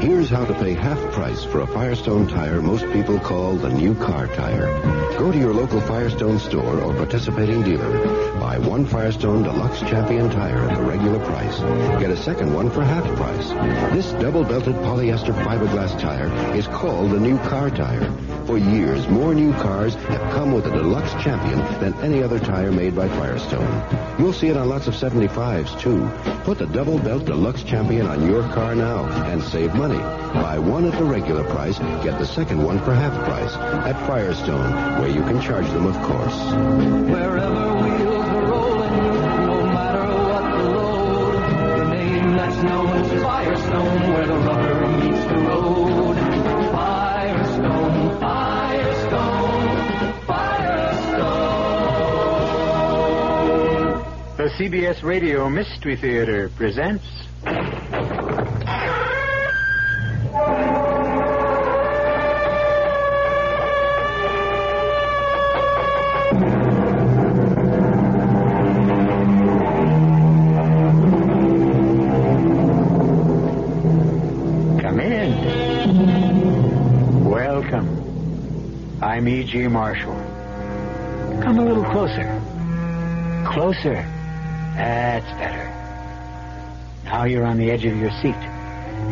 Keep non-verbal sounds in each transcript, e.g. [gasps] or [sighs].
Here's how to pay half price for a Firestone tire most people call the new car tire. Go to your local Firestone store or participating dealer. Buy one Firestone Deluxe Champion tire at the regular price. Get a second one for half price. This double belted polyester fiberglass tire is called the new car tire. For years, more new cars have come with a Deluxe Champion than any other tire made by Firestone. You'll see it on lots of 75s, too. Put the double belt Deluxe Champion on your car now and save money. Buy one at the regular price, get the second one for half price at Firestone, where you can charge them, of course. Wherever wheels are rolling, no matter what the load, the name that's known as Firestone, where the rubber meets the road. Firestone, Firestone, Firestone. The CBS Radio Mystery Theater presents. Come in. Welcome. I'm E.G. Marshall. Come a little closer. Closer. That's better. Now you're on the edge of your seat.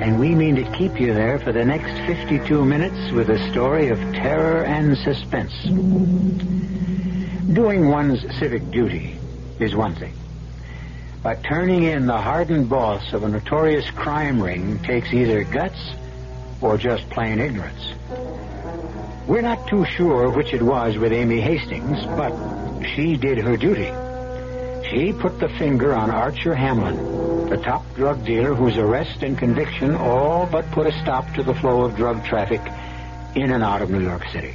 And we mean to keep you there for the next 52 minutes with a story of terror and suspense. Doing one's civic duty is one thing. But turning in the hardened boss of a notorious crime ring takes either guts or just plain ignorance. We're not too sure which it was with Amy Hastings, but she did her duty. She put the finger on Archer Hamlin, the top drug dealer whose arrest and conviction all but put a stop to the flow of drug traffic in and out of New York City.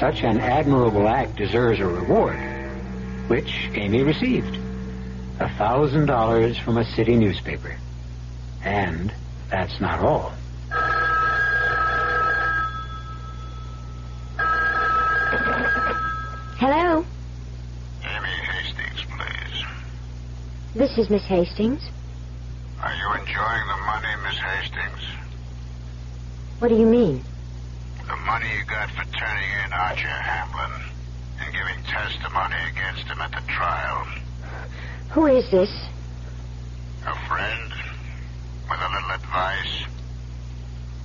Such an admirable act deserves a reward, which Amy received a thousand dollars from a city newspaper. And that's not all. Hello, Amy Hastings, please. this is Miss Hastings. Are you enjoying the money, Miss Hastings? What do you mean? The money you got for turning in Archer Hamlin and giving testimony against him at the trial. Who is this? A friend? With a little advice?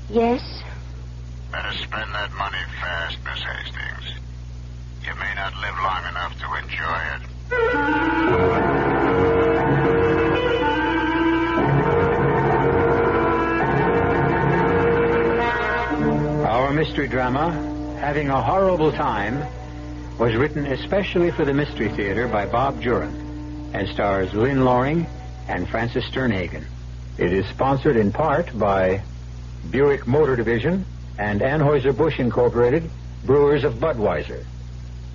Yes, Better spend that money fast, Miss Hastings. You may not live long enough to enjoy it. Our mystery drama, Having a Horrible Time, was written especially for the Mystery Theater by Bob Duran and stars Lynn Loring and Francis Sternhagen. It is sponsored in part by Buick Motor Division and Anheuser-Busch Incorporated, Brewers of Budweiser.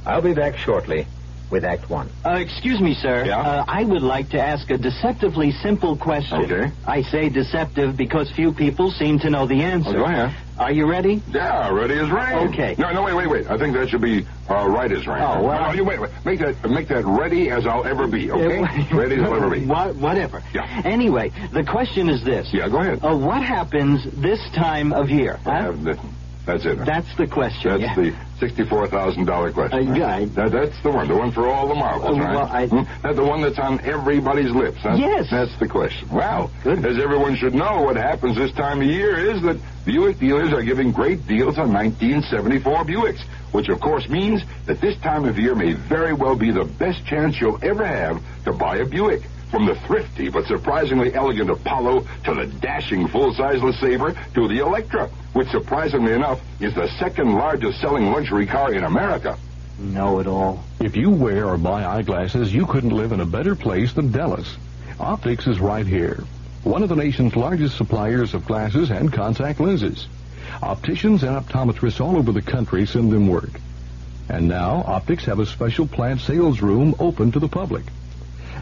I'll be back shortly with Act One. Uh, excuse me, sir. Yeah? Uh, I would like to ask a deceptively simple question. Okay. I say deceptive because few people seem to know the answer. Oh, go ahead. Are you ready? Yeah, ready as rain. Okay. No, no, wait, wait, wait. I think that should be uh, right as rain. Oh, well- No, you wait, wait. Make that, make that ready as I'll ever be. Okay. [laughs] ready as I'll ever be. Wha- whatever. Yeah. Anyway, the question is this. Yeah, go ahead. Uh, what happens this time of year? Uh, Huh? th- that's it. That's the question. That's yeah. the sixty-four thousand dollar question. Uh, yeah, I- That- that's the one. The one for all the marbles, Uh, right? well, I- Hmm? That's the one that's on everybody's lips. Huh? Yes. That's the question. Well, Good. as everyone should know, what happens this time of year is that Buick dealers are giving great deals on 1974 Buicks, which of course means that this time of year may very well be the best chance you'll ever have to buy a Buick. From the thrifty but surprisingly elegant Apollo to the dashing full-size LeSabre to the Electra, which surprisingly enough is the second largest selling luxury car in America. Know it all. If you wear or buy eyeglasses, you couldn't live in a better place than Dallas. Optics is right here. One of the nation's largest suppliers of glasses and contact lenses. Opticians and optometrists all over the country send them work. And now, Optics have a special plant sales room open to the public.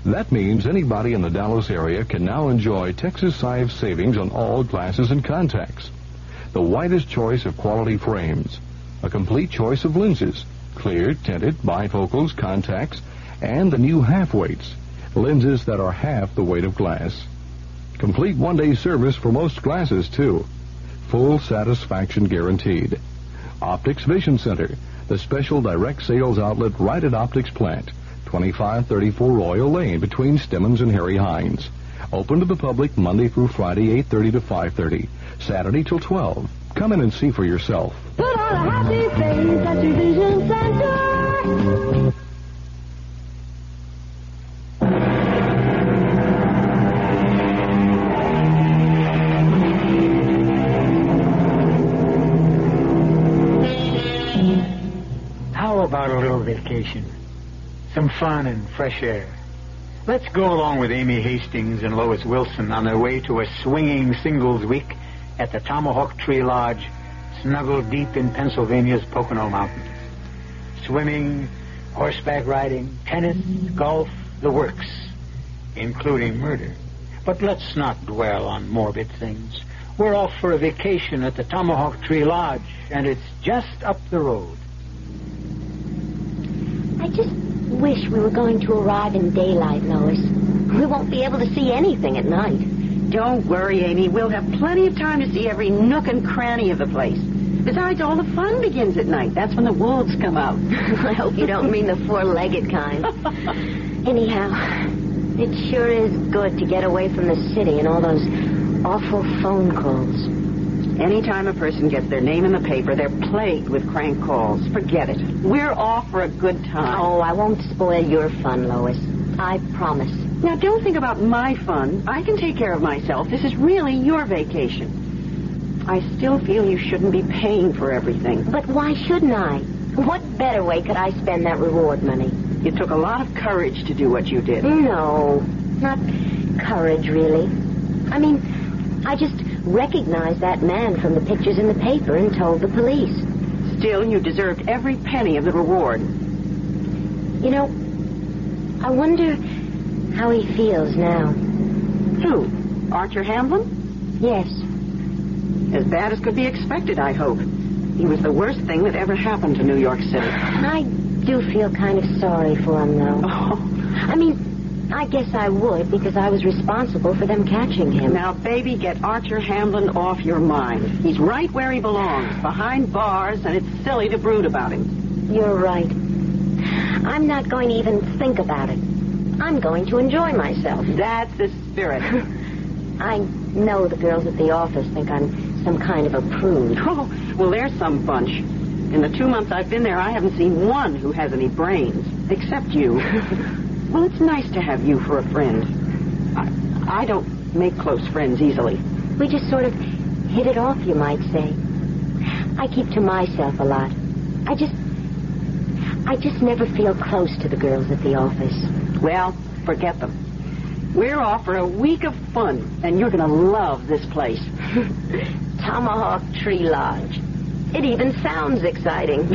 That means anybody in the Dallas area can now enjoy Texas Sive savings on all glasses and contacts. The widest choice of quality frames, a complete choice of lenses, clear, tinted, bifocals, contacts, and the new half weights, lenses that are half the weight of glass. Complete one day service for most glasses, too. Full satisfaction guaranteed. Optics Vision Center, the special direct sales outlet right at Optics Plant, 2534 Royal Lane between Stemmons and Harry Hines. Open to the public Monday through Friday, 8.30 to 5.30, Saturday till 12. Come in and see for yourself. Put on a happy face at your vision center. How about a little vacation? Some fun and fresh air. Let's go along with Amy Hastings and Lois Wilson on their way to a swinging singles week at the Tomahawk Tree Lodge, snuggled deep in Pennsylvania's Pocono Mountains. Swimming, horseback riding, tennis, golf, the works, including murder. But let's not dwell on morbid things. We're off for a vacation at the Tomahawk Tree Lodge, and it's just up the road. I just wish we were going to arrive in daylight, Lois. We won't be able to see anything at night. Don't worry, Amy. We'll have plenty of time to see every nook and cranny of the place. Besides, all the fun begins at night. That's when the wolves [laughs] come out. [laughs] I hope you don't mean the four-legged kind. [laughs] Anyhow, it sure is good to get away from the city and all those awful phone calls. Anytime a person gets their name in the paper, they're plagued with crank calls. Forget it. We're off for a good time. Oh, I won't spoil your fun, Lois. I promise. Now, don't think about my fun. I can take care of myself. This is really your vacation. I still feel you shouldn't be paying for everything. But why shouldn't I? What better way could I spend that reward money? It took a lot of courage to do what you did. No, not courage, really. I mean, I just recognized that man from the pictures in the paper and told the police. Still, you deserved every penny of the reward. You know, I wonder how he feels now. Who? Archer Hamlin? Yes. As bad as could be expected, I hope. He was the worst thing that ever happened to New York City. I do feel kind of sorry for him, though. [laughs] Oh. I mean, I guess I would because I was responsible for them catching him. Now, baby, get Archer Hamlin off your mind. He's right where he belongs, behind bars, and it's silly to brood about him. You're right. I'm not going to even think about it. I'm going to enjoy myself. That's the spirit. [laughs] I know the girls at the office think I'm some kind of a prude. [laughs] Oh, well, they're some bunch. In the two months I've been there, I haven't seen one who has any brains, [laughs] except you. Well, it's nice to have you for a friend. I, I don't make close friends e- easily. We just sort of hit it off, you might say. I keep to myself a lot. I just. I just never feel close to the girls at the office. Well, forget them. We're off for a week of fun, and you're going to love this place. [laughs] Tomahawk Tree Lodge. It even sounds exciting.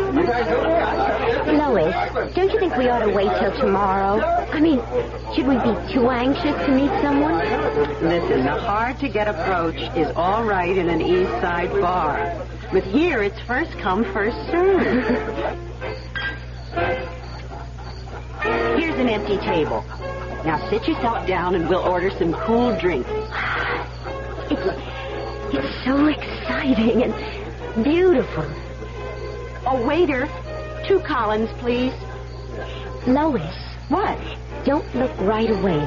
[laughs] [laughs] Lois, don't you think we ought to wait till tomorrow? I mean, should we be too anxious to meet someone? Listen, the hard to get approach is all right in an East Side bar. But here, it's first come, first served. Here's an empty table. Now sit yourself down and we'll order some cool drinks. It's, it's so exciting and beautiful. A waiter, two Collins, please. Lois. What? Don't look right away.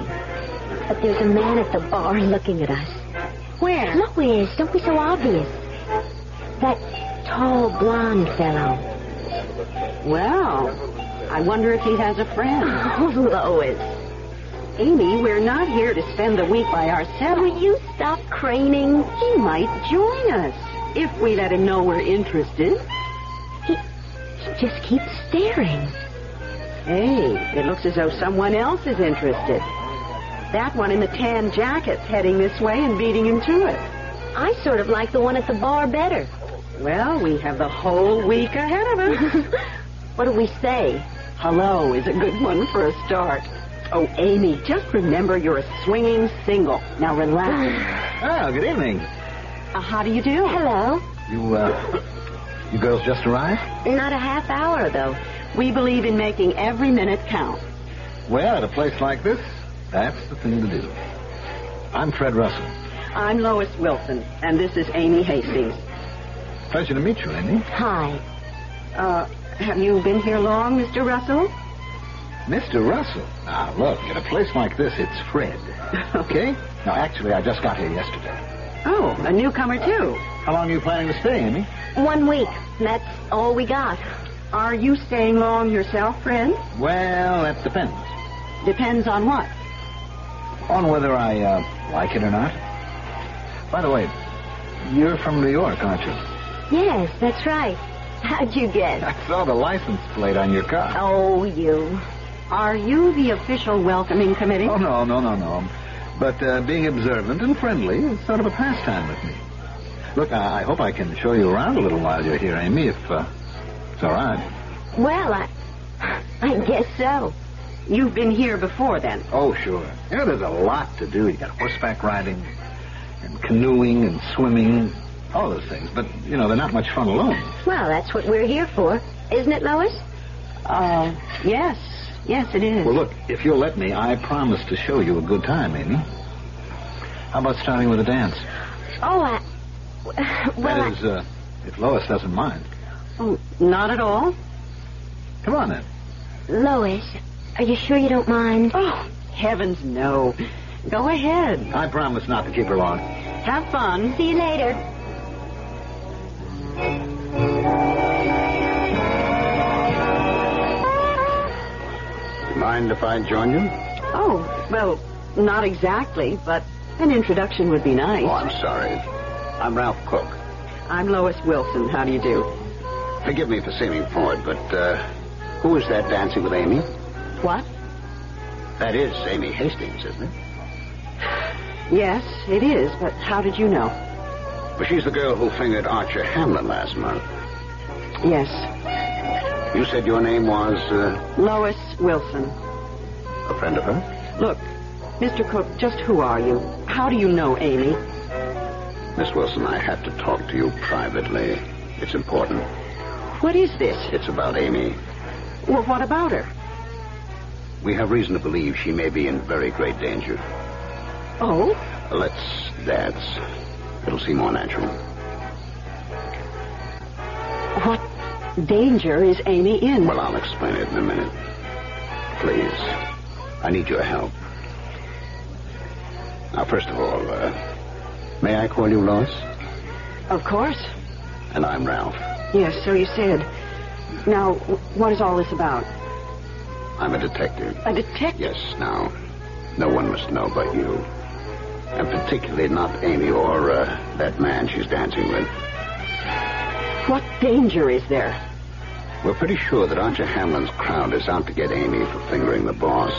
But there's a man at the bar looking at us. Where? Lois, don't be so obvious. That tall blonde fellow. Well, I wonder if he has a friend. [laughs] Oh, Lois. Amy, we're not here to spend the week by ourselves. Will you stop craning? He might join us if we let him know we're interested. He, he just keeps staring. Hey, it looks as though someone else is interested. That one in the tan jacket's heading this way and beating him to it. I sort of like the one at the bar better. Well, we have the whole week ahead [laughs] of us. what do we say? Hello is a good one for a start. Oh, Amy, just remember you're a swinging single. [sighs] Now relax. oh, good evening. Uh, how do you do? Hello. You, uh, you girls just arrived? Not a half hour, though. We believe in making every minute count. Well, at a place like this, that's the thing to do. I'm Fred Russell. I'm Lois Wilson, and this is Amy Hastings. Pleasure to meet you, Amy. Hi. Uh, have you been here long, Mr. Russell? Mr. Russell? Now, look, at a place like this, it's Fred. okay? Now, actually, I just got here yesterday. Oh, a newcomer, too. How long are you planning to stay, Amy? One week. That's all we got. Are you staying long yourself, Fred? Well, that depends. Depends on what? On whether I uh, like it or not. By the way, you're from New York, aren't you? Yes, that's right. How'd you guess? I saw the license plate on your car. Oh, you. Are you the official welcoming committee? Oh, no, no, no, no. But uh, being observant and friendly is sort of a pastime with me. Look, I, I hope I can show you around a little while you're here, Amy, if uh, it's all right. Well, I, I guess so. You've been here before, then? Oh, sure. Yeah, there's a lot to do. You got horseback riding and canoeing and swimming, all those things. But, you know, they're not much fun alone. Well, that's what we're here for, isn't it, Lois? Uh, yes. Yes, it is. Well, look, if you'll let me, I promise to show you a good time, Amy. How about starting with a dance? Oh, I. Well, that is, I... Uh, if Lois doesn't mind. Oh, not at all. Come on, then. Lois, are you sure you don't mind? Oh, heavens, no. Go ahead. I promise not to keep her long. Have fun. See you later. Mind if I join you? Oh, well, not exactly, but an introduction would be nice. Oh, I'm sorry. I'm Ralph Cook. I'm Lois Wilson. How do you do? Forgive me for seeming forward, but uh, who is that dancing with Amy? What? That is Amy Hastings, isn't it? Yes, it is, but how did you know? Well, she's the girl who fingered Archer Hamlin last month. Yes. You said your name was. Uh... Lois Wilson. A friend of her? Look, Mr. Cook, just who are you? How do you know Amy? Miss Wilson, I have to talk to you privately. It's important. What is this? It's about Amy. Well, what about her? We have reason to believe she may be in very great danger. Oh? Let's dance. It'll seem more natural. What danger is Amy in? Well, I'll explain it in a minute. Please, I need your help. Now, first of all, uh, may I call you Lois? Of course. And I'm Ralph. Yes, so you said. Now, what is all this about? I'm a detective. A detective? Yes, now. No one must know but you. And particularly not Amy or uh, that man she's dancing with. What danger is there? We're pretty sure that Archer Hamlin's crowd is out to get Amy for fingering the boss.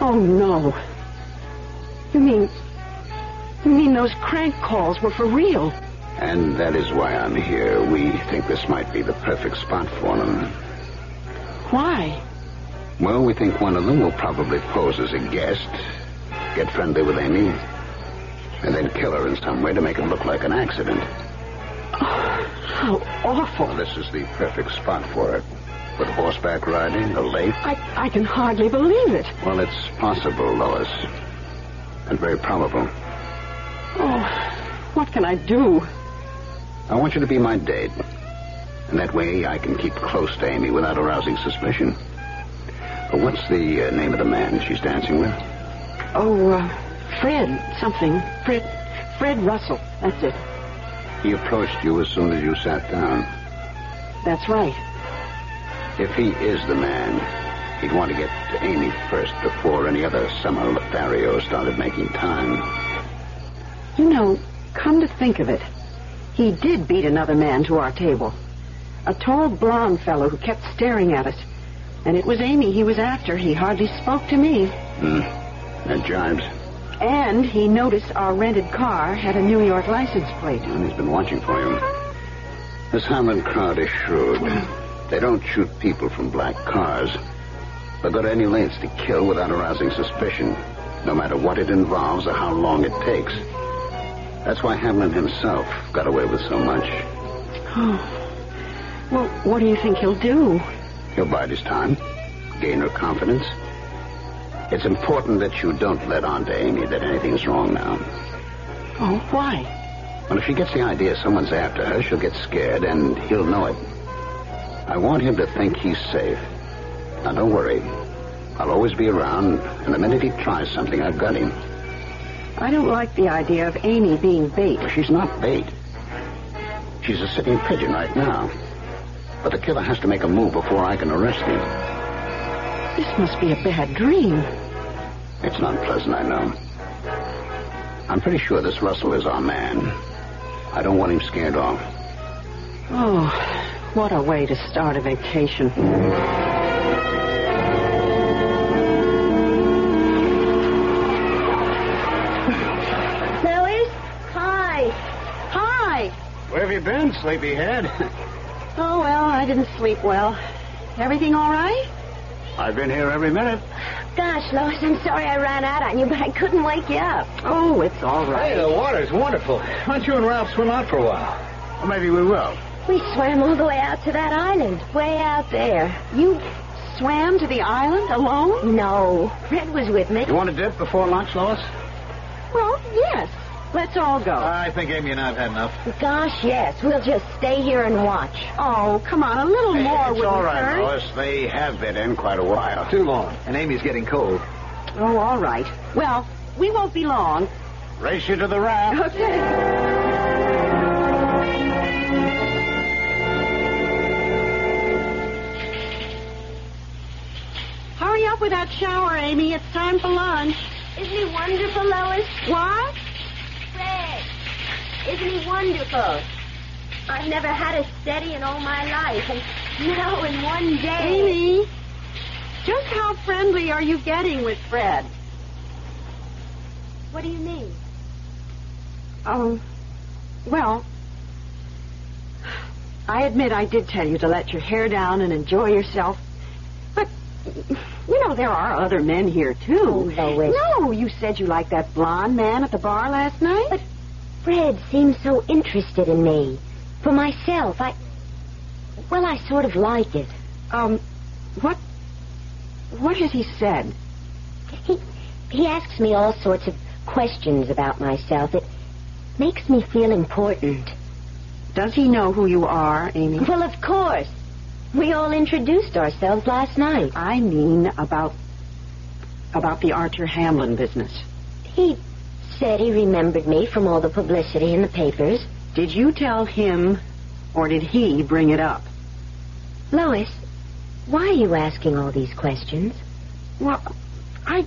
Oh, no. You mean. You mean those crank calls were for real? And that is why I'm here. We think this might be the perfect spot for them. Why? Well, we think one of them will probably pose as a guest, get friendly with Amy, and then kill her in some way to make it look like an accident. Oh, [sighs] how awful. Well, this is the perfect spot for it. With horseback riding, a lake. I, I can hardly believe it. Well, it's possible, Lois. And very probable. Oh, what can I do? I want you to be my date. And that way I can keep close to Amy without arousing suspicion. What's the uh, name of the man she's dancing with? Oh, uh, Fred something. Fred, Fred Russell. That's it. He approached you as soon as you sat down. That's right. If he is the man, he'd want to get to Amy first before any other summer Lothario started making time. You know, come to think of it, he did beat another man to our table. A tall, blond fellow who kept staring at us. And it was Amy he was after. He hardly spoke to me. Hmm. That jives. And he noticed our rented car had a New York license plate. [gasps] And he's been watching for you. This Hamlin crowd is shrewd. They don't shoot people from black cars. They'll go to any lengths to kill without arousing suspicion, no matter what it involves or how long it takes. That's why Hamlin himself got away with so much. Oh. Well, what do you think he'll do? He'll bide his time, gain her confidence. It's important that you don't let on to Amy that anything's wrong now. Oh, why? Well, if she gets the idea someone's after her, she'll get scared, and he'll know it. I want him to think he's safe. Now, don't worry. I'll always be around, and the minute he tries something, I've got him. I don't like the idea of Amy being bait. She's not bait. She's a sitting pigeon right now. But the killer has to make a move before I can arrest him. This must be a bad dream. It's not pleasant, I know. I'm pretty sure this Russell is our man. I don't want him scared off. Oh, what a way to start a vacation. Louis? Hi. Hi. Where have you been, [laughs] sleepyhead? Oh, well, I didn't sleep well. Everything all right? I've been here every minute. Gosh, Lois, I'm sorry I ran out on you, but I couldn't wake you up. Oh, it's all Hey, the water's wonderful. Why don't you and Ralph swim out for a while? Or maybe we will. We swam all the way out to that island, way out there. You swam to the island alone? No, Red was with me. You want to dip before lunch, Lois? Well, yes. Let's all go. I think Amy and I have had enough. Gosh, yes, we'll just stay here and watch. oh, come on, a little more it's wouldn't all right, hurt. Lois. They have been in quite a while. Too long. And Amy's getting cold. Oh, all right. Well, we won't be long. Race you to the raft. Okay. Hurry up with that shower, Amy. It's time for lunch. Isn't he wonderful, Lois? What? Red, isn't he wonderful? I've never had a steady in all my life, and now in one day. Amy, just how friendly are you getting with Fred? What do you mean? Um, well, I admit I did tell you to let your hair down and enjoy yourself. But, you know, there are other men here, Oh, too. Lois. No, you said you liked that blonde man at the bar last night. But Fred seems so interested in me. For myself, I. Well, I sort of like it. Um, what? What has he said? He, he asks me all sorts of questions about myself. It makes me feel important. Does he know who you are, Amy? Well, of course. We all introduced ourselves last night. I mean about about the Archer Hamlin business. He said he remembered me from all the publicity in the papers. Did you tell him, or did he bring it up? Lois, why are you asking all these questions? Well, I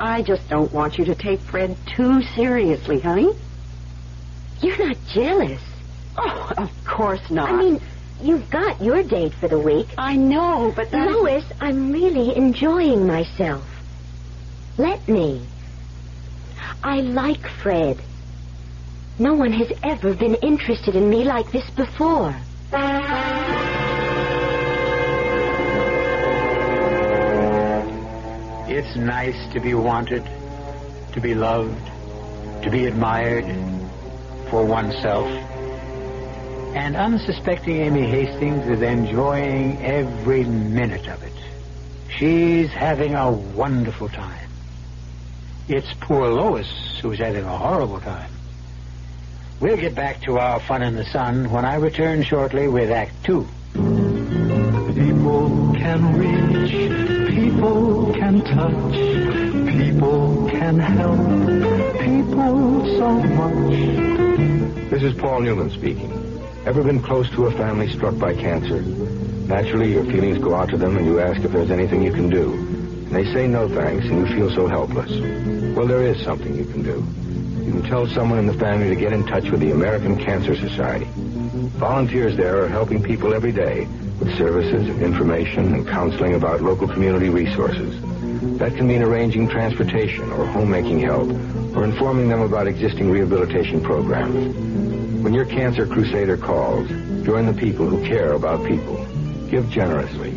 I just don't want you to take Fred too seriously, honey. You're not jealous. Oh, of course not. I mean, you've got your date for the week. I know, but that Lois, I'm really enjoying myself. Let me. I like Fred. No one has ever been interested in me like this before. uh, It's nice to be wanted, to be loved, to be admired for oneself. And unsuspecting Amy Hastings is enjoying every minute of it. She's having a wonderful time. It's poor Lois who's having a horrible time. We'll get back to our fun in the sun when I return shortly with Act Two. People can reach, people can touch, people can help, people so much. This is Paul Newman speaking. Ever been close to a family struck by cancer? Naturally, your feelings go out to them and you ask if there's anything you can do. And they say no thanks and you feel so helpless. Well, there is something you can do. You can tell someone in the family to get in touch with the American Cancer Society. Volunteers there are helping people every day with services and information and counseling about local community resources. That can mean arranging transportation or homemaking help or informing them about existing rehabilitation programs. When your cancer crusader calls, join the people who care about people. Give generously.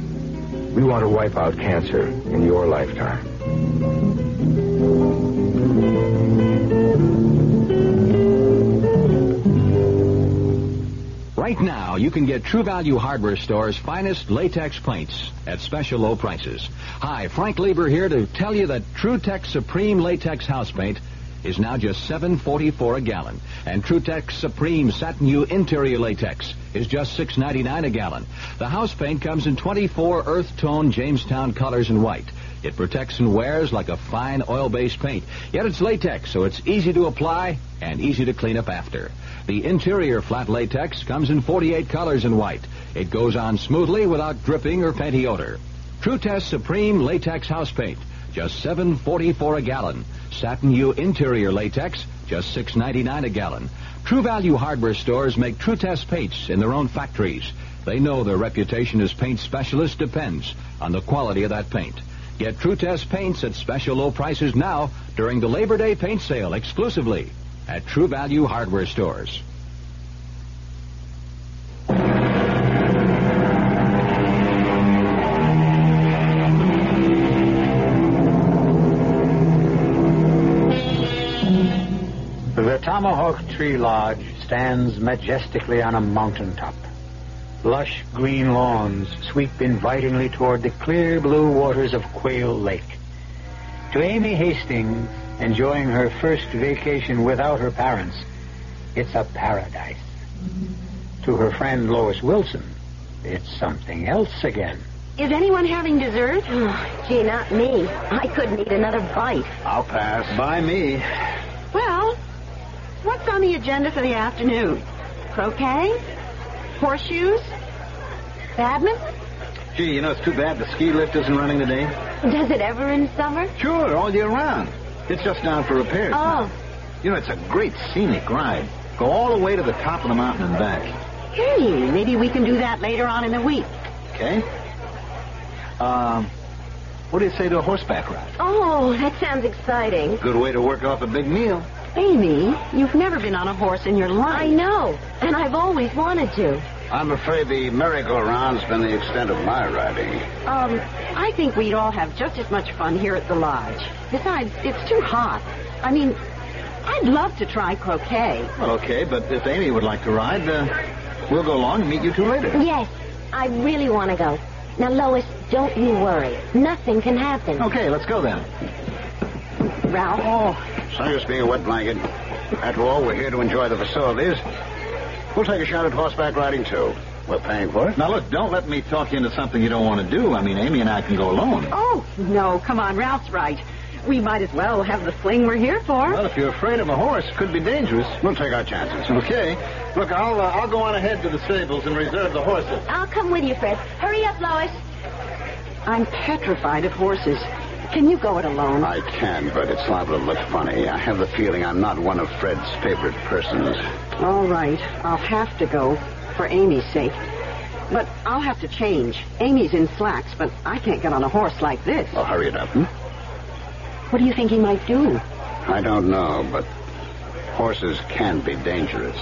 We want to wipe out cancer in your lifetime. Right now, you can get True Value Hardware Store's finest latex paints at special low prices. Hi, Frank Lieber here to tell you that TrueTech Supreme Latex House Paint is now just $7.44 a gallon, and TrueTech Supreme Satin U Interior Latex is just $6.99 a gallon. The house paint comes in 24 earth tone Jamestown colors and white. It protects and wears like a fine oil-based paint, yet it's latex, so it's easy to apply and easy to clean up after. The interior flat latex comes in 48 colors and white. It goes on smoothly without dripping or painty odor. True Test Supreme Latex House Paint, just $7.44 a gallon. Satin U Interior Latex, just $6.99 a gallon. True Value Hardware stores make True Test paints in their own factories. They know their reputation as paint specialists depends on the quality of that paint. Get True Test paints at special low prices now during the Labor Day paint sale exclusively at True Value Hardware stores. The Tomahawk Tree Lodge stands majestically on a mountaintop. Lush green lawns sweep invitingly toward the clear blue waters of Quail Lake. To Amy Hastings, enjoying her first vacation without her parents, it's a paradise. To her friend Lois Wilson, it's something else again. Is anyone having dessert? Oh, gee, not me. I couldn't eat another bite. I'll pass. By me. Well, what's on the agenda for the afternoon? Croquet? Horseshoes? Badminton? Gee, you know, it's too bad the ski lift isn't running today. Does it ever in summer? Sure, all year round. It's just down for repairs. Oh. You know, it's a great scenic ride. Go all the way to the top of the mountain and back. Hey, maybe we can do that later on in the week. Okay? Um, what do you say to a horseback ride? Oh, that sounds exciting. Good way to work off a big meal. Amy, you've never been on a horse in your life. I know, and I've always wanted to. I'm afraid the merry-go-round's been the extent of my riding. Um, I think we'd all have just as much fun here at the lodge. Besides, it's too hot. I mean, I'd love to try croquet. Well, okay, but if Amy would like to ride, uh, we'll go along and meet you two later. Yes, I really want to go. Now, Lois, don't you worry. Nothing can happen. Okay, let's go then. Ralph? Oh, sorry just being a wet blanket. After all, we're here to enjoy the facilities. We'll take a shot at horseback riding, too. We're paying for it. Now, look, don't let me talk you into something you don't want to do. I mean, Amy and I can go alone. Oh, no, come on, Ralph's right. We might as well have the fling we're here for. Well, if you're afraid of a horse, it could be dangerous. We'll take our chances. Okay. Look, I'll uh, I'll go on ahead to the stables and reserve the horses. I'll come with you, Fred. Hurry up, Lois. I'm petrified of horses. Can you go it alone? I can, but it's liable to look funny. I have the feeling I'm not one of Fred's favorite persons. All right. I'll have to go for Amy's sake. But I'll have to change. Amy's in slacks, but I can't get on a horse like this. Well, hurry it up. Hmm? What do you think he might do? I don't know, but horses can be dangerous.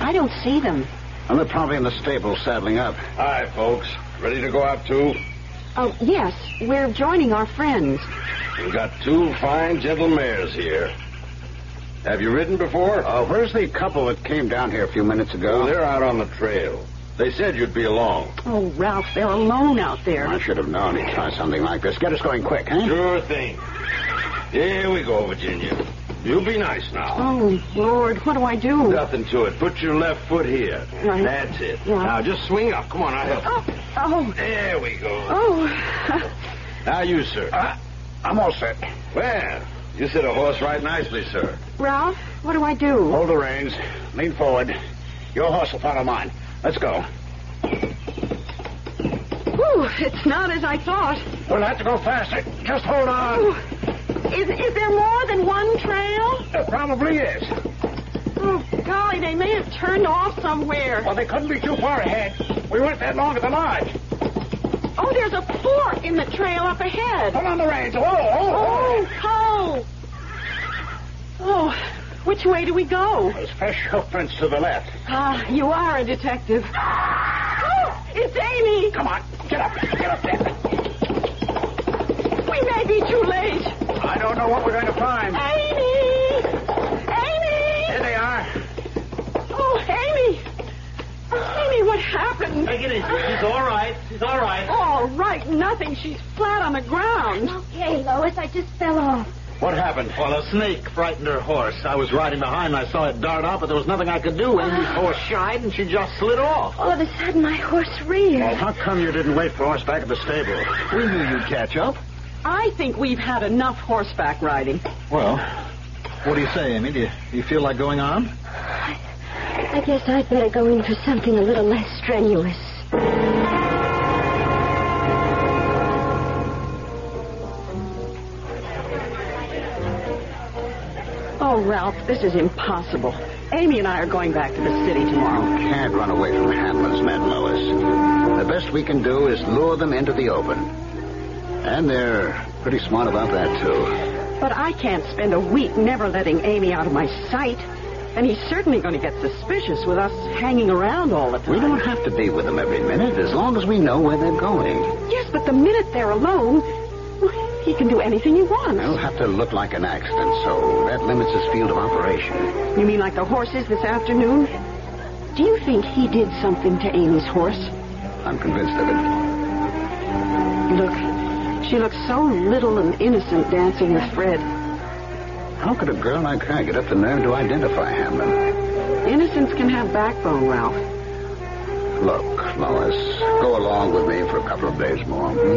I don't see them. And they're probably in the stable saddling up. Hi, folks. Ready to go out, too? Oh, yes. We're joining our friends. We've got two fine gentle mares here. Have you ridden before? Uh, where's the couple that came down here a few minutes ago? Oh, they're out on the trail. They said you'd be along. Oh, Ralph, they're alone out there. I should have known he'd try something like this. Get us going quick, huh? Sure thing. Here we go, Virginia. You be nice now. Oh, Lord, what do I do? Nothing to it. Put your left foot here. Right. That's it. Yeah. Now just swing up. Come on, I'll help. Oh, oh. There we go. Oh. Now you, sir. Uh, I'm all set. Well, you sit a horse right nicely, sir. Ralph, what do I do? Hold the reins. Lean forward. Your horse will follow mine. Let's go. Whew, it's not as I thought. We'll have to go faster. Just hold on. Is, is there more than one trail? There probably is. Oh, golly, they may have turned off somewhere. Well, they couldn't be too far ahead. We weren't that long at the lodge. Oh, there's a fork in the trail up ahead. Hold on the reins. Oh, oh, oh. Oh, oh. Oh, which way do we go? There's fresh hoof prints to the left. Ah, you are a detective. Oh, it's Amy. Come on, get up. Get up there. We may be too late. I don't know what we're going to find. Amy! Amy! There they are. Oh, Amy! Amy, what happened? Take it easy. She's all right. She's all right. All right, nothing. She's flat on the ground. Okay, Lois, I just fell off. What happened? Well, a snake frightened her horse. I was riding behind. and I saw it dart off, but there was nothing I could do. Amy's horse shied, and she just slid off. Ah. All of a sudden, my horse reared. Well, how come you didn't wait for us back at the stable? We knew you'd catch up. I think we've had enough horseback riding. Well, what do you say, Amy? Do you, do you feel like going on? I guess I'd better go in for something a little less strenuous. Oh, Ralph, this is impossible. Amy and I are going back to the city tomorrow. Can't run away from Hanlon's men, Lois. The best we can do is lure them into the open. And they're pretty smart about that, too. But I can't spend a week never letting Amy out of my sight. And he's certainly going to get suspicious with us hanging around all the time. We don't have to be with them every minute as long as we know where they're going. Yes, but the minute they're alone, well, he can do anything he wants. They'll have to look like an accident, so that limits his field of operation. You mean like the horses this afternoon? Do you think he did something to Amy's horse? I'm convinced of it. Look, she looks so little and innocent dancing with Fred. How could a girl like her get up the nerve to identify Hamlin? Innocence can have backbone, Ralph. Look, Lois, go along with me for a couple of days more. hmm?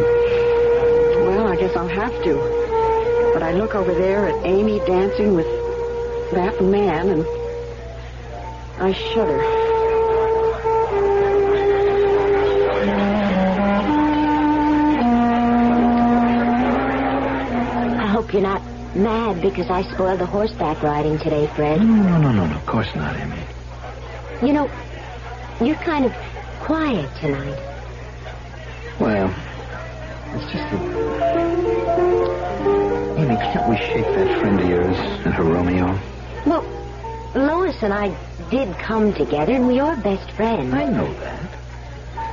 Well, I guess I'll have to. But I look over there at Amy dancing with that man, and I shudder. I hope you're not mad because I spoiled the horseback riding today, Fred. No, no, no, no. Of course not, Amy. You know, you're kind of quiet tonight. Well, it's just that. Amy, can't we shake that friend of yours and her Romeo? Well, Lois and I did come together, and we are best friends. I know that.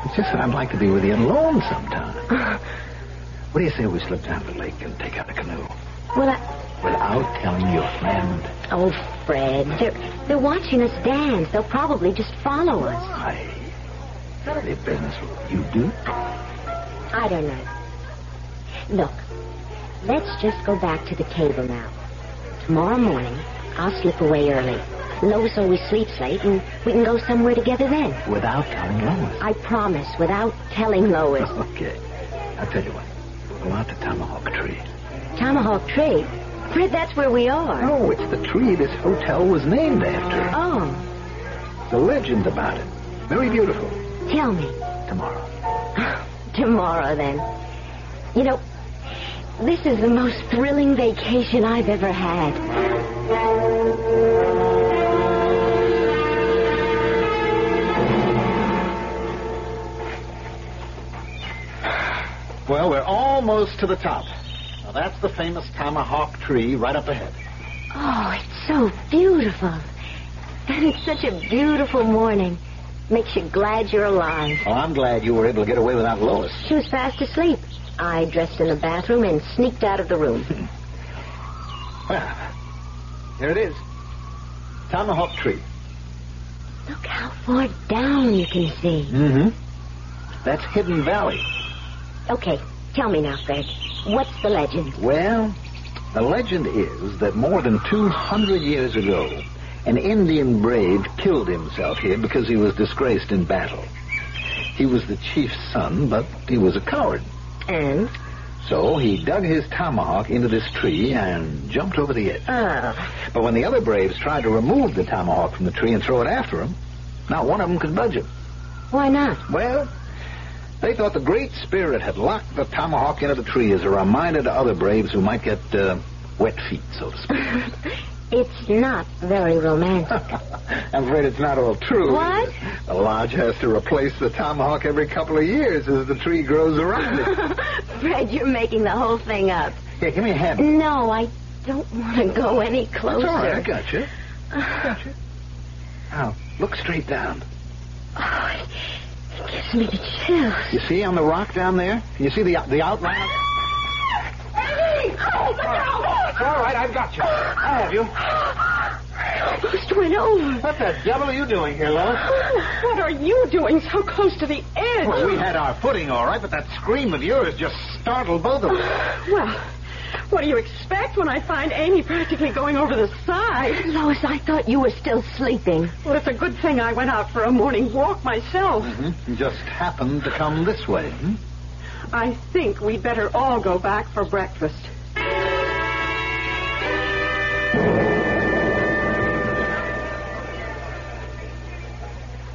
It's just that I'd like to be with you alone sometime. what do you say we slip down to the lake and take out a canoe Well, I... without telling your friend? Oh, Fred, they're, they're watching us dance. They'll probably just follow us. I. Dirty business with you do? I don't know. Look, let's just go back to the table now. Tomorrow morning, I'll slip away early. Lois always sleeps late, and we can go somewhere together then. Without telling Lois. I promise, without telling Lois. [laughs] Okay. I'll tell you what. We'll go out to Tomahawk Tree. Tomahawk Tree? Fred, that's where we are. Oh, it's the tree this hotel was named after. Oh, The legend about it. Very beautiful. tell me. Tomorrow. [gasps] Tomorrow, then. You know, this is the most thrilling vacation I've ever had. Well, we're almost to the top. Now, that's the famous tomahawk tree right up ahead. Oh, it's so beautiful. And it's such a beautiful morning. Makes you glad you're alive. Well, I'm glad you were able to get away without Lois. [laughs] She was fast asleep. I dressed in the bathroom and sneaked out of [laughs] the room. Well, here it is. Tomahawk tree. Look how far down you can see. Mm-hmm. That's Hidden Valley. Okay, tell me now, Fred. What's the legend? Well, the legend is that more than 200 years ago, an Indian brave killed himself here because he was disgraced in battle. He was the chief's son, but he was a coward. And? So he dug his tomahawk into this tree and jumped over the edge. Ah. But when the other braves tried to remove the tomahawk from the tree and throw it after him, not one of them could budge it. Why not? Well, they thought the Great Spirit had locked the tomahawk into the tree as a reminder to other braves who might get uh, wet feet, so to speak. [laughs] It's not very romantic. I'm afraid it's not all true. What? The lodge has to replace the tomahawk every couple of years as the tree grows around [laughs] it. [laughs] Fred, you're making the whole thing up. Here, give me a hand. No, I don't want to go any closer. That's all right. I got you. I got [sighs] you. Now, look straight down. Oh, it gives me the chills. You see on the rock down there? You see the the outline? of- It's all right. I've got you. I have you. I almost went over. What the devil are you doing here, Lois? What are you doing so close to the edge? Well, We had our footing all right, but that scream of yours just startled both of us. Well, what do you expect when I find Amy practically going over the side? Lois, I thought you were still sleeping. Well, it's a good thing I went out for a morning walk myself. You Mm-hmm. Just happened to come this way. hmm? I think we better all go back for breakfast.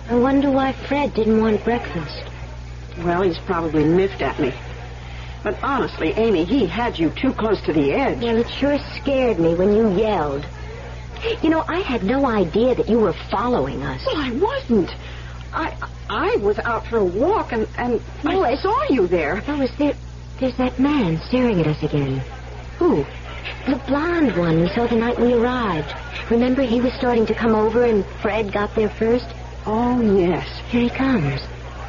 I wonder why Fred didn't want breakfast. Well, he's probably miffed at me. But honestly, Amy, he had you too close to the edge. Well, it sure scared me when you yelled. You know, I had no idea that you were following us. Well, I wasn't. I I was out for a walk and and I Lois. saw you there. Lois, there, there's that man staring at us again. Who? The blonde one we saw the night we arrived. Remember, he was starting to come over and Fred got there first? Oh, yes. Here he comes.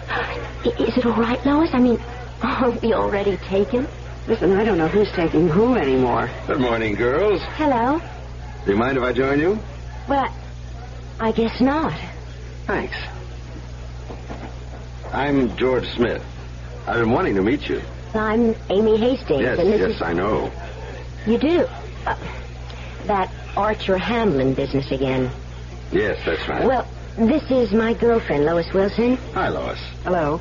I- Is it all right, Lois? I mean, [laughs] aren't we already taken? Listen, I don't know who's taking who anymore. Good morning, girls. Hello? Do you mind if I join you? Well, I guess not. Thanks. I'm George Smith. I've been wanting to meet you. I'm Amy Hastings. Yes, and this yes, is... I know. You do? Uh, that Archer Hamlin business again. Yes, that's right. Well, this is my girlfriend, Lois Wilson. Hi, Lois. Hello.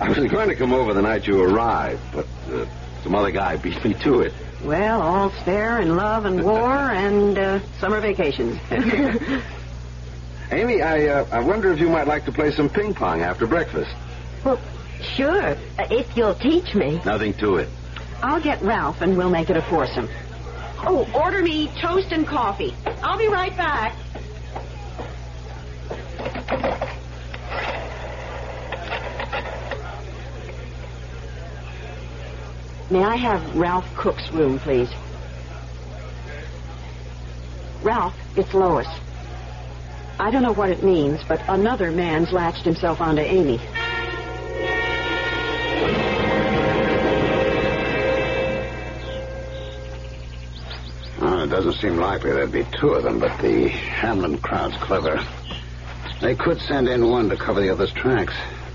I was going to come over the night you arrived, but uh, some other guy [laughs] beat me to it. Well, all's fair in love and war and uh, [laughs] summer vacations. Amy, I uh, I wonder if you might like to play some ping pong after breakfast. Well, [laughs] sure, uh, if you'll teach me. Nothing to it. I'll get Ralph and we'll make it a foursome. Oh, order me toast and coffee. I'll be right back. May I have Ralph Cook's room, please? Ralph, it's Lois. I don't know what it means, but another man's latched himself onto Amy. Oh, it doesn't seem likely there'd be two of them, but the Hamlin crowd's clever. They could send in one to cover the other's tracks.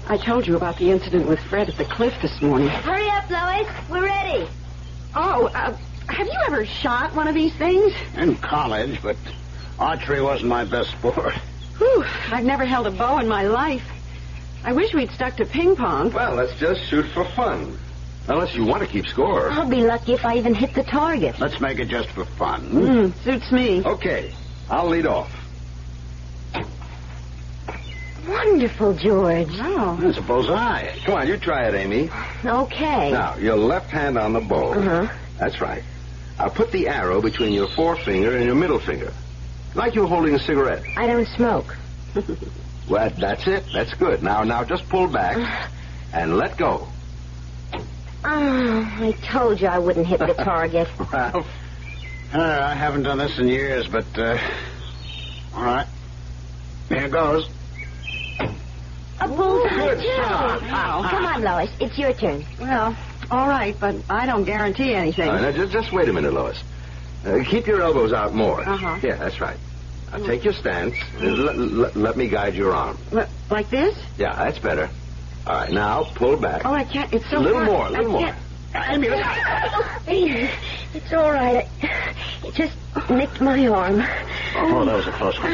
I told you about the incident with Fred at the cliff this morning. Hurry up, Lois. We're ready. Oh, uh, have you ever shot one of these things? In college, but archery wasn't my best sport. [laughs] Whew, I've never held a bow in my life. I wish we'd stuck to ping pong. Well, let's just shoot for fun. Unless you want to keep score. I'll be lucky if I even hit the target. Let's make it just for fun. Hmm. Mm, suits me. Okay, I'll lead off. Wonderful, George. Wow. It's a bullseye. Come on, you try it, Amy. Okay. Now, your left hand on the bow. Uh-huh. That's right. Now put the arrow between your forefinger and your middle finger, like you're holding a cigarette. I don't smoke. Well, that's it. That's good. Now, now, just pull [sighs] back and let go. Oh, I told you I wouldn't hit the target. Ralph? Uh, I haven't done this in years, but, uh, all right. Here goes. A bullseye, good too. shot. Wow. Come on, Lois. It's your turn. Well, all right, but I don't guarantee anything. Uh, now, just, just wait a minute, Lois. Uh, keep your elbows out more. Uh-huh. Mm. Yeah, that's right. Now, take your stance. Uh, L- l- let me guide your arm. Li- like this? Yeah, that's better. All right, now pull back. Oh, I can't. It's so a little hard. more, a I little more. can't- Amy, look. [laughs] It's all right. I- It just nicked my arm. Oh, [sighs] that was a close one.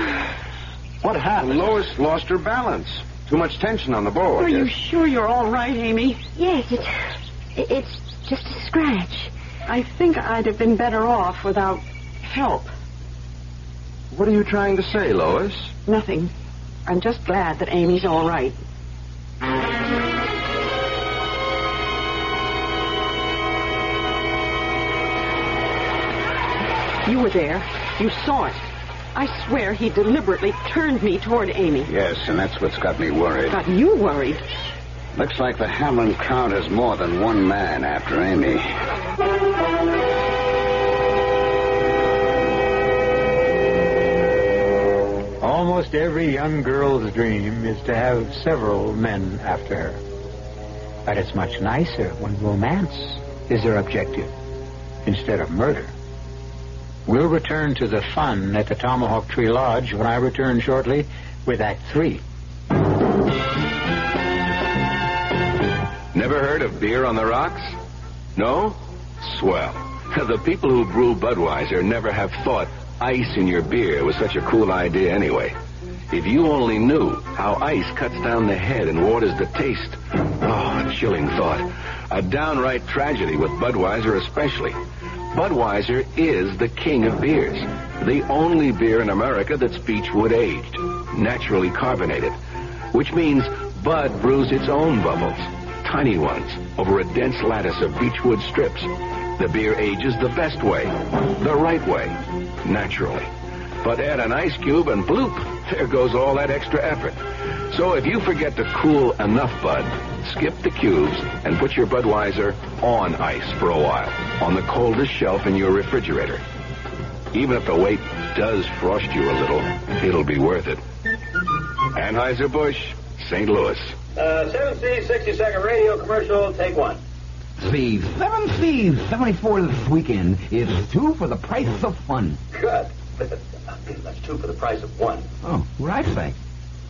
What happened? Lois lost her balance. Too much tension on the bow. I Are you guess. sure you're all right, Amy? Yes, it, it's Just a scratch. I think I'd have been better off without help. What are you trying to say, Lois? Nothing. I'm just glad that Amy's all right. You were there. You saw it. I swear he deliberately turned me toward Amy. Yes, and that's what's got me worried. Got you worried. Looks like the Hamlin crowd is more than one man after Amy. Almost every young girl's dream is to have several men after her. But it's much nicer when romance is their objective instead of murder. We'll return to the fun at the Tomahawk Tree Lodge when I return shortly with Act Three. Never heard of beer on the rocks? No? Swell. [laughs] The people who brew Budweiser never have thought ice in your beer was such a cool idea anyway. If you only knew how ice cuts down the head and waters the taste. Oh, a chilling thought. A downright tragedy with Budweiser especially. Budweiser is the king of beers. The only beer in America that's beechwood aged, naturally carbonated, which means Bud brews its own bubbles, tiny ones, over a dense lattice of beechwood strips. The beer ages the best way, the right way, naturally. But add an ice cube and bloop, there goes all that extra effort. So if you forget to cool enough Bud, skip the cubes and put your Budweiser on ice for a while on the coldest shelf in your refrigerator. Even if the wait does frost you a little, it'll be worth it. Anheuser-Busch, St. Louis. Uh, 7C, 60 second radio commercial, take one. The 7C 74th weekend is two for the price of one. Good. That's two for the price of one. Oh, right thing.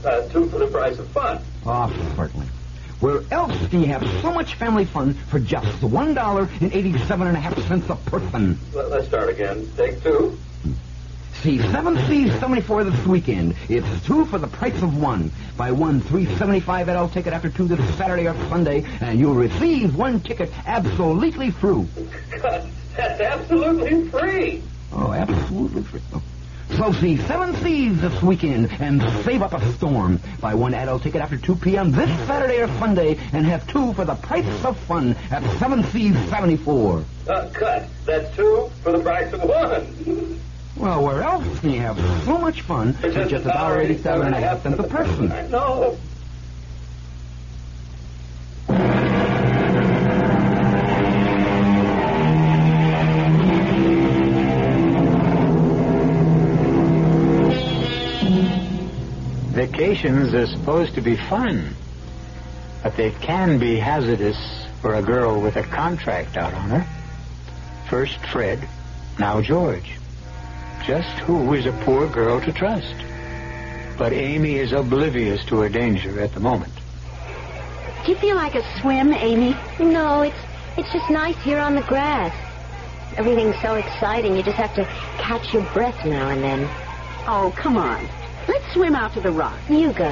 Uh, two for the price of fun. Oh, certainly. Where else do you have so much family fun for just one dollar and eighty-seven and a half cents a person? Let, us start again. Take two. See, 7C 74 this weekend. It's two for the price of one. Buy one 375 adult ticket after two this Saturday or Sunday, and you'll receive one ticket absolutely free. God, that's absolutely free. Oh, absolutely free. Oh. So see Seven Seas this weekend and save up a storm. Buy one adult ticket after 2 p.m. this Saturday or Sunday and have two for the price of fun at Seven Seas 74. Uh, cut. That's two for the price of one. Well, where else can you have so much fun for just, just about 87 and a half cents a person? I know. Vacations are supposed to be fun, but they can be hazardous for a girl with a contract out on her. First Fred, now George. Just who is a poor girl to trust? But Amy is oblivious to her danger at the moment. Do you feel like a swim, Amy? No, it's it's just nice here on the grass. Everything's so exciting. You just have to catch your breath now and then. Oh, come on. Let's swim out to the rock. You go.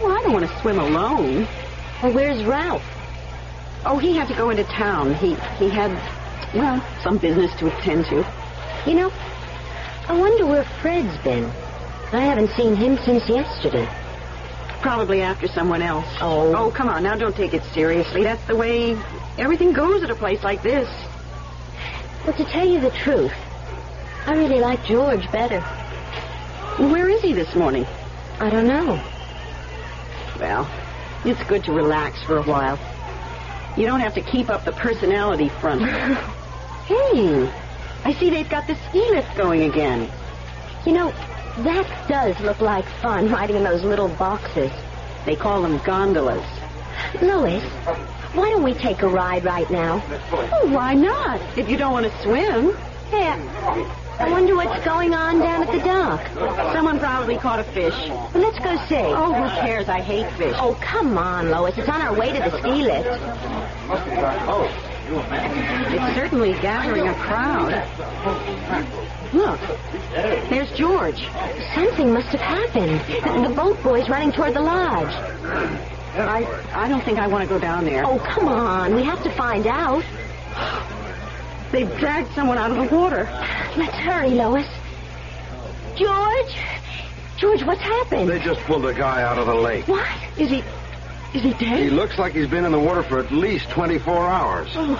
Well, I don't want to swim alone. Well, where's Ralph? Oh, he had to go into town. He he had, well, some business to attend to. You know, I wonder where Fred's been. I haven't seen him since yesterday. Probably after someone else. Oh. Oh, come on. Now don't take it seriously. That's the way everything goes at a place like this. Well, to tell you the truth, I really like George better. Where is he this morning? I don't know. Well, it's good to relax for a while. You don't have to keep up the personality front. [laughs] hey, I see they've got the ski lift going again. You know, that does look like fun, [laughs] riding in those little boxes. They call them gondolas. Lois, why don't we take a ride right now? Oh, why not? If you don't want to swim. Yeah. I wonder what's going on down at the dock. Someone probably caught a fish. Well, let's go see. Oh, who cares? I hate fish. Oh, come on, Lois. It's on our way to the ski lift. It's certainly gathering a crowd. Look, there's George. Something must have happened. The, the boat boy's running toward the lodge. I, I don't think I want to go down there. Oh, come on. We have to find out. They've dragged someone out of the water. Let's hurry, Lois. George? George, what's happened? Oh, They just pulled a guy out of the lake. What? Is he. Is he dead? He looks like he's been in the water for at least 24 hours. Oh,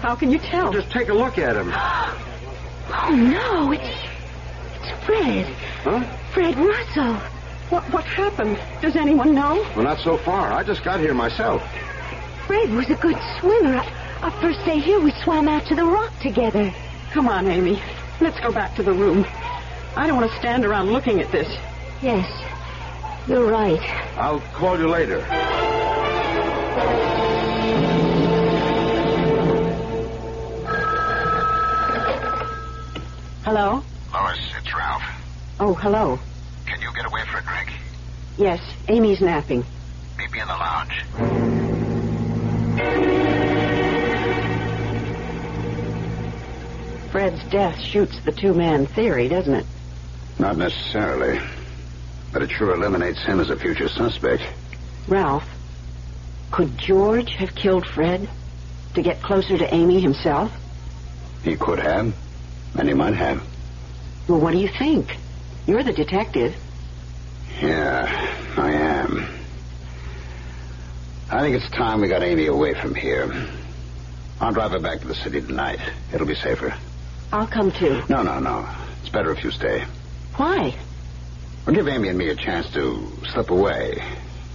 how can you tell? Just take a look at him. [gasps] Oh, no. It's. It's Fred. Huh? Fred Russell. What, what happened? Does anyone know? Well, not so far. I just got here myself. Fred was a good swimmer. Our first day here, we swam out to the rock together. Come on, Amy. Let's go back to the room. I don't want to stand around looking at this. Yes, you're right. I'll call you later. Hello? Lois, it's Ralph. Oh, hello. Can you get away for a drink? Yes, Amy's napping. Meet me in the lounge. Fred's death shoots the two man theory, doesn't it? Not necessarily. But it sure eliminates him as a future suspect. Ralph, could George have killed Fred to get closer to Amy himself? He could have, and he might have. Well, what do you think? You're the detective. Yeah, I am. I think it's time we got Amy away from here. I'll drive her back to the city tonight. It'll be safer. I'll come too. No, no, no. It's better if you stay. Why? Well, give Amy and me a chance to slip away.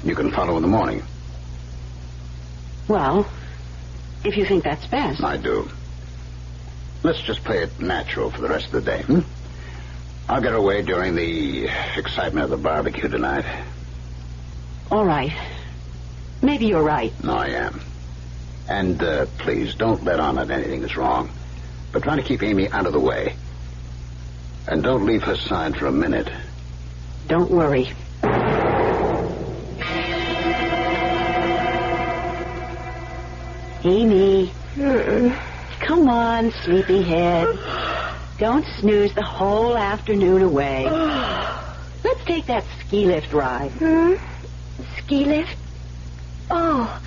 You can follow in the morning. Well, if you think that's best. I do. Let's just play it natural for the rest of the day. Hmm? I'll get away during the excitement of the barbecue tonight. All right. Maybe you're right. I am. And uh, please don't let on that anything is wrong. But try to keep Amy out of the way. And don't leave her side for a minute. Don't worry. Amy. Come on, sleepyhead. Don't snooze the whole afternoon away. Let's take that ski lift ride. Hmm? Ski lift? Oh,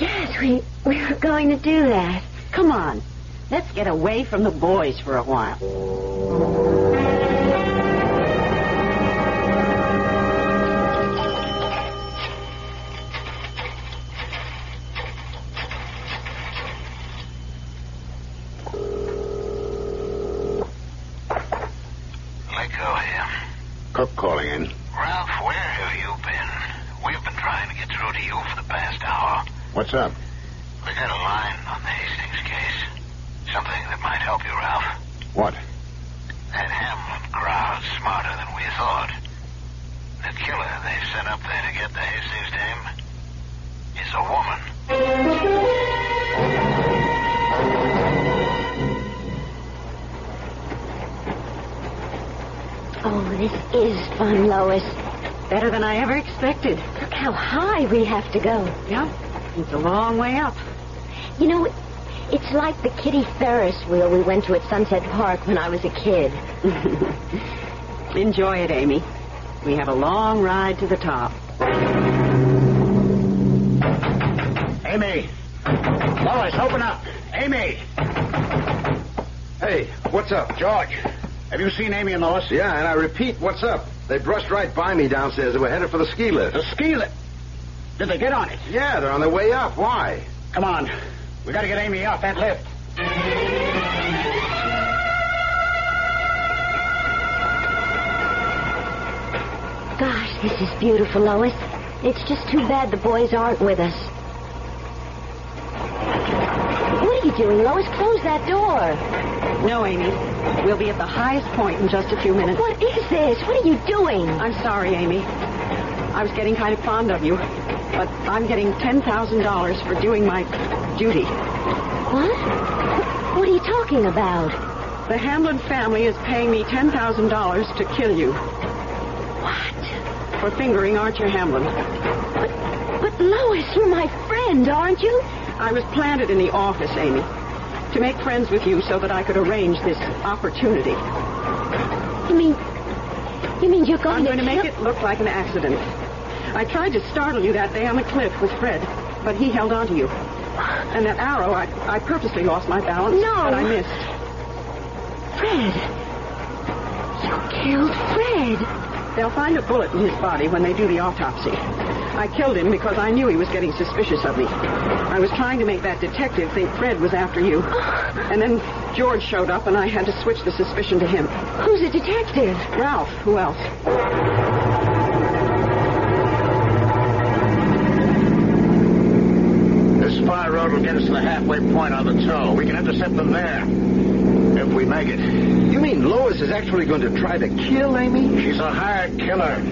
yes, we, we were going to do that. Come on. Let's get away from the boys for a while. Lico here. Cook calling in. Ralph, where have you been? We've been trying to get through to you for the past hour. What's up? We got a line on the Hastings case. Something that might help you, Ralph. What? That Hamlin crowd's smarter than we thought. The killer they sent up there to get the Hastings dame is a woman. Oh, this is fun, Lois. Better than I ever expected. Look how high we have to go. Yep. It's a long way up. You know, it's like the Kitty Ferris wheel we went to at Sunset Park when I was a [laughs] kid. Enjoy it, Amy. We have a long ride to the top. Amy! Lois, open up! Amy! Hey, what's up? George, have you seen Amy and Lois? Yeah, and I repeat, what's up? They brushed right by me downstairs. They were headed for the ski lift. The ski lift. Did they get on it? Yeah, they're on their way up. Why? Come on. We gotta get Amy off that lift. Gosh, this is beautiful, Lois. It's just too bad the boys aren't with us. What are you doing, Lois? Close that door. No, Amy. We'll be at the highest point in just a few minutes. What is this? What are you doing? I'm sorry, Amy. I was getting kind of fond of you, but I'm getting $10,000 for doing my duty. What? What are you talking about? The Hamlin family is paying me $10,000 to kill you What? for fingering Archer Hamlin. But Lois, you're my friend, aren't you? I was planted in the office, Amy, to make friends with you so that I could arrange this opportunity. You mean you mean you're going to I'm going to kill- make it look like an accident. I tried to startle you that day on the cliff with Fred, but he held on to you. And that arrow, I, I purposely lost my balance. No. But I missed. Fred! You killed Fred! They'll find a bullet in his body when they do the autopsy. I killed him because I knew he was getting suspicious of me. I was trying to make that detective think Fred was after you. And then George showed up, and I had to switch the suspicion to him. Who's a detective? Ralph. Who else? This spy road will get us to the halfway point on the tow. We can intercept them there. If we make it. You mean Lois is actually going to try to kill Amy? She's a hired killer.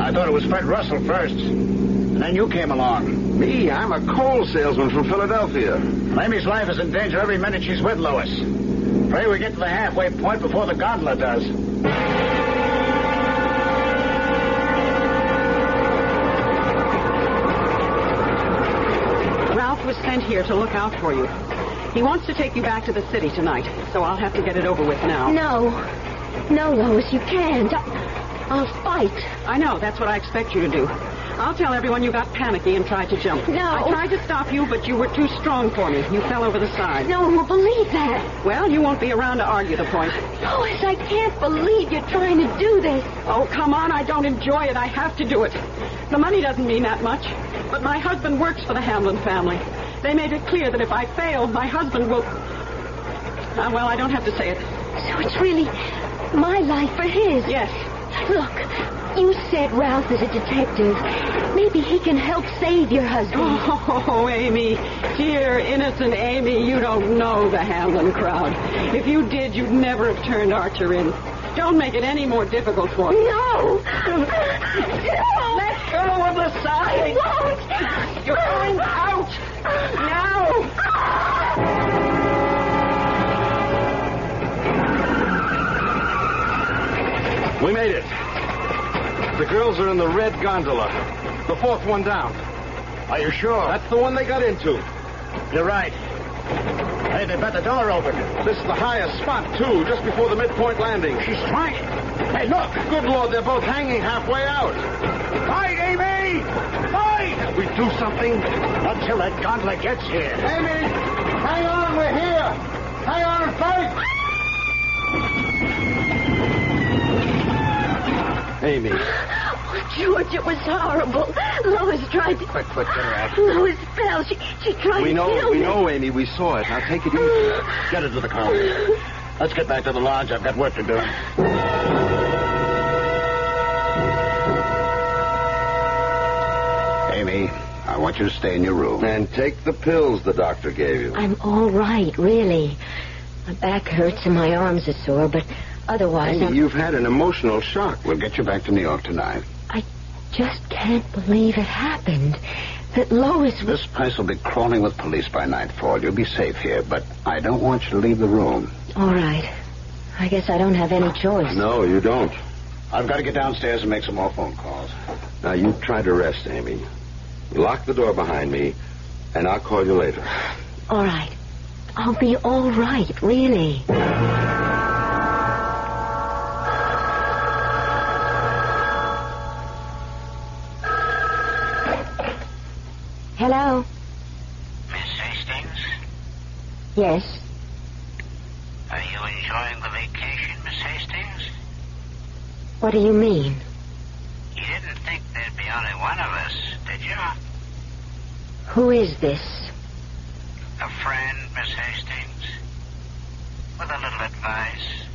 I thought it was Fred Russell first. And then you came along. Me? I'm a coal salesman from Philadelphia. Amy's life is in danger every minute she's with Lois. Pray we get to the halfway point before the gondola does. Ralph was sent here to look out for you. He wants to take you back to the city tonight, so I'll have to get it over with now. No. No, Lois, you can't. I, I'll fight. I know. That's what I expect you to do. I'll tell everyone you got panicky and tried to jump. No. I tried to stop you, but you were too strong for me. You fell over the side. No one will believe that. Well, you won't be around to argue the point. Lois, I can't believe you're trying to do this. Oh, come on. I don't enjoy it. I have to do it. The money doesn't mean that much. But my husband works for the Hamlin family. They made it clear that if I fail, my husband will. Uh, well, I don't have to say it. So it's really my life for his. Yes. Look, you said Ralph is a detective. Maybe he can help save your husband. Oh, Amy, dear innocent Amy, you don't know the Hamlin crowd. If you did, you'd never have turned Archer in. Don't make it any more difficult for me. No! No! Let go of the I side. won't! You're going out now. We made it. The girls are in the red gondola. The fourth one down. Are you sure? That's the one they got into. You're right. Hey, they bet the door open. This is the highest spot, too, just before the midpoint landing. She's trying. Hey, look. Good Lord, they're both hanging halfway out. Fight, Amy! Fight! We do something. Until that gondola gets here. Amy, hang on, we're here. Hang on and fight. Amy, Oh, George, it was horrible. Lois tried to. Quick, quick, get her out. Lois fell. She, she tried we to know, kill we me. know, Amy. We saw it. Now take it easy. Get into the car. Let's get back to the lodge. I've got work to do. Amy, I want you to stay in your room. And take the pills the doctor gave you. I'm all right, really. My back hurts and my arms are sore, but otherwise, Amy, I'm- you've had an emotional shock. We'll get you back to New York tonight. I just can't believe it happened. That Lois was. This place will be crawling with police by nightfall. You'll be safe here, but I don't want you to leave the room. All right. I guess I don't have any choice. No, you don't. I've got to get downstairs and make some more phone calls. Now you try to rest, Amy. Lock the door behind me, and I'll call you later. All right. I'll be all right, really. Hello? Miss Hastings? Yes. Are you enjoying the vacation, Miss Hastings? What do you mean? You didn't think there'd be only one of us, did you? Who is this? A friend, Miss Hastings? With a little advice.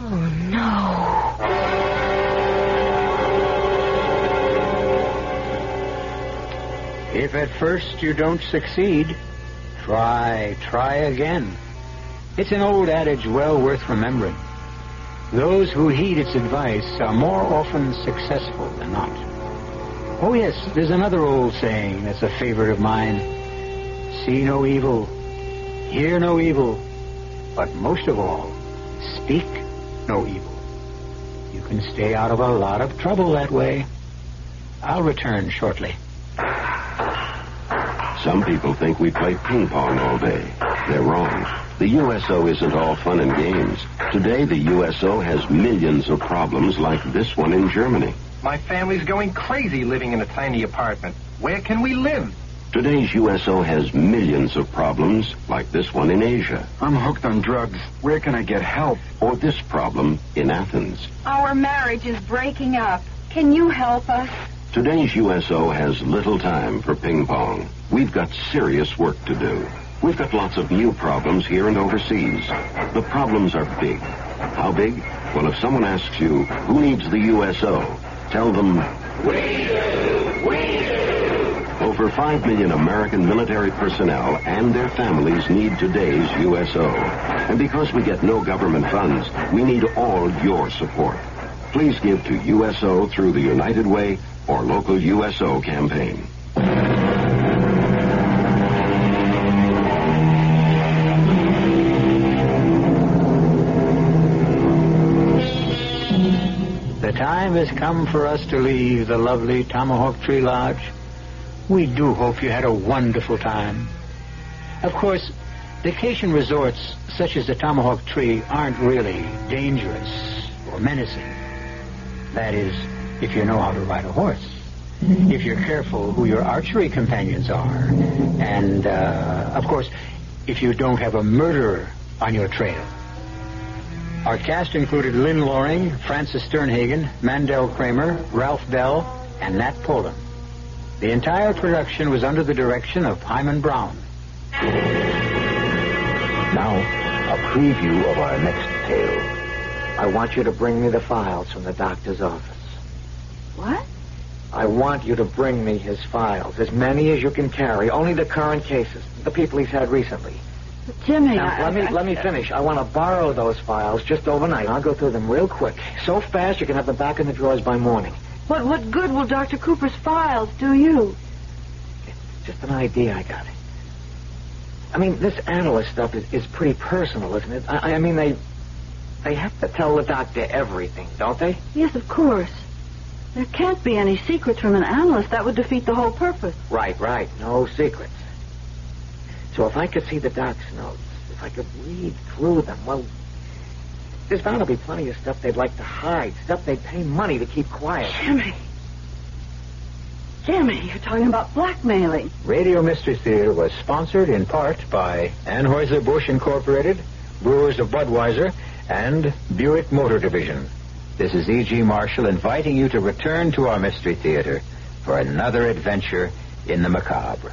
Oh, no. If at first you don't succeed, try, try again. It's an old adage well worth remembering. Those who heed its advice are more often successful than not. Oh, yes, there's another old saying that's a favorite of mine See no evil, hear no evil, but most of all, speak no evil. You can stay out of a lot of trouble that way. I'll return shortly. Some people think we play ping pong all day. They're wrong. The USO isn't all fun and games. Today, the USO has millions of problems like this one in Germany. My family's going crazy living in a tiny apartment. Where can we live? Today's USO has millions of problems like this one in Asia. I'm hooked on drugs. Where can I get help? Or this problem in Athens. Our marriage is breaking up. Can you help us? Today's USO has little time for ping pong. We've got serious work to do. We've got lots of new problems here and overseas. The problems are big. How big? Well, if someone asks you, who needs the USO? Tell them, We do. We do. over 5 million American military personnel and their families need today's USO. And because we get no government funds, we need all your support. Please give to USO through the United Way or local USO campaign. The time has come for us to leave the lovely Tomahawk Tree Lodge. We do hope you had a wonderful time. Of course, vacation resorts such as the Tomahawk Tree aren't really dangerous or menacing. That is, if you know how to ride a horse, if you're careful who your archery companions are, and, uh, of course, if you don't have a murderer on your trail. Our cast included Lynn Loring, Francis Sternhagen, Mandel Kramer, Ralph Bell, and Nat Polan. The entire production was under the direction of Hyman Brown. Now, a preview of our next tale. I want you to bring me the files from the doctor's office. What? I want you to bring me his files, as many as you can carry, only the current cases, the people he's had recently. Jimmy, Now, I- let me I- let me finish. I want to borrow those files just overnight. I'll go through them real quick, so fast you can have them back in the drawers by morning. What, what good will Dr. Cooper's files do you? Just an idea I got. I mean, this analyst stuff is, is pretty personal, isn't it? I, I mean, they they have to tell the doctor everything, don't they? Yes, of course. There can't be any secrets from an analyst. That would defeat the whole purpose. Right, right. No secrets. So if I could see the doc's notes, if I could read through them, well, there's bound to be plenty of stuff they'd like to hide, stuff they'd pay money to keep quiet. Jimmy. Jimmy, you're talking about blackmailing. Radio Mystery Theater was sponsored in part by Anheuser-Busch Incorporated, Brewers of Budweiser, and Buick Motor Division. This is E.G. Marshall inviting you to return to our Mystery Theater for another adventure in the macabre.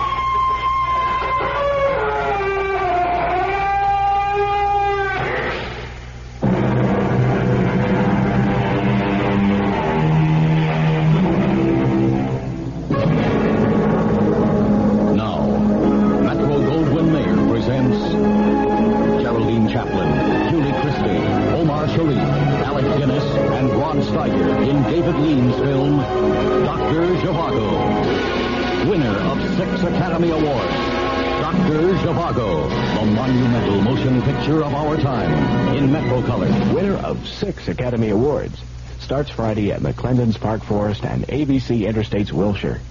Now, Metro Goldwyn Mayer presents Geraldine Chaplin, Julie Christie, Omar Sharif, Alec Guinness, and Rod Steiger in David Lean's film Dr. Zhivago. Winner of six Academy Awards, Dr. Zhivago, the monumental motion picture of our time in Metro Color. Winner of six Academy Awards. Starts Friday at McClendon's Park Forest and ABC Interstates Wilshire.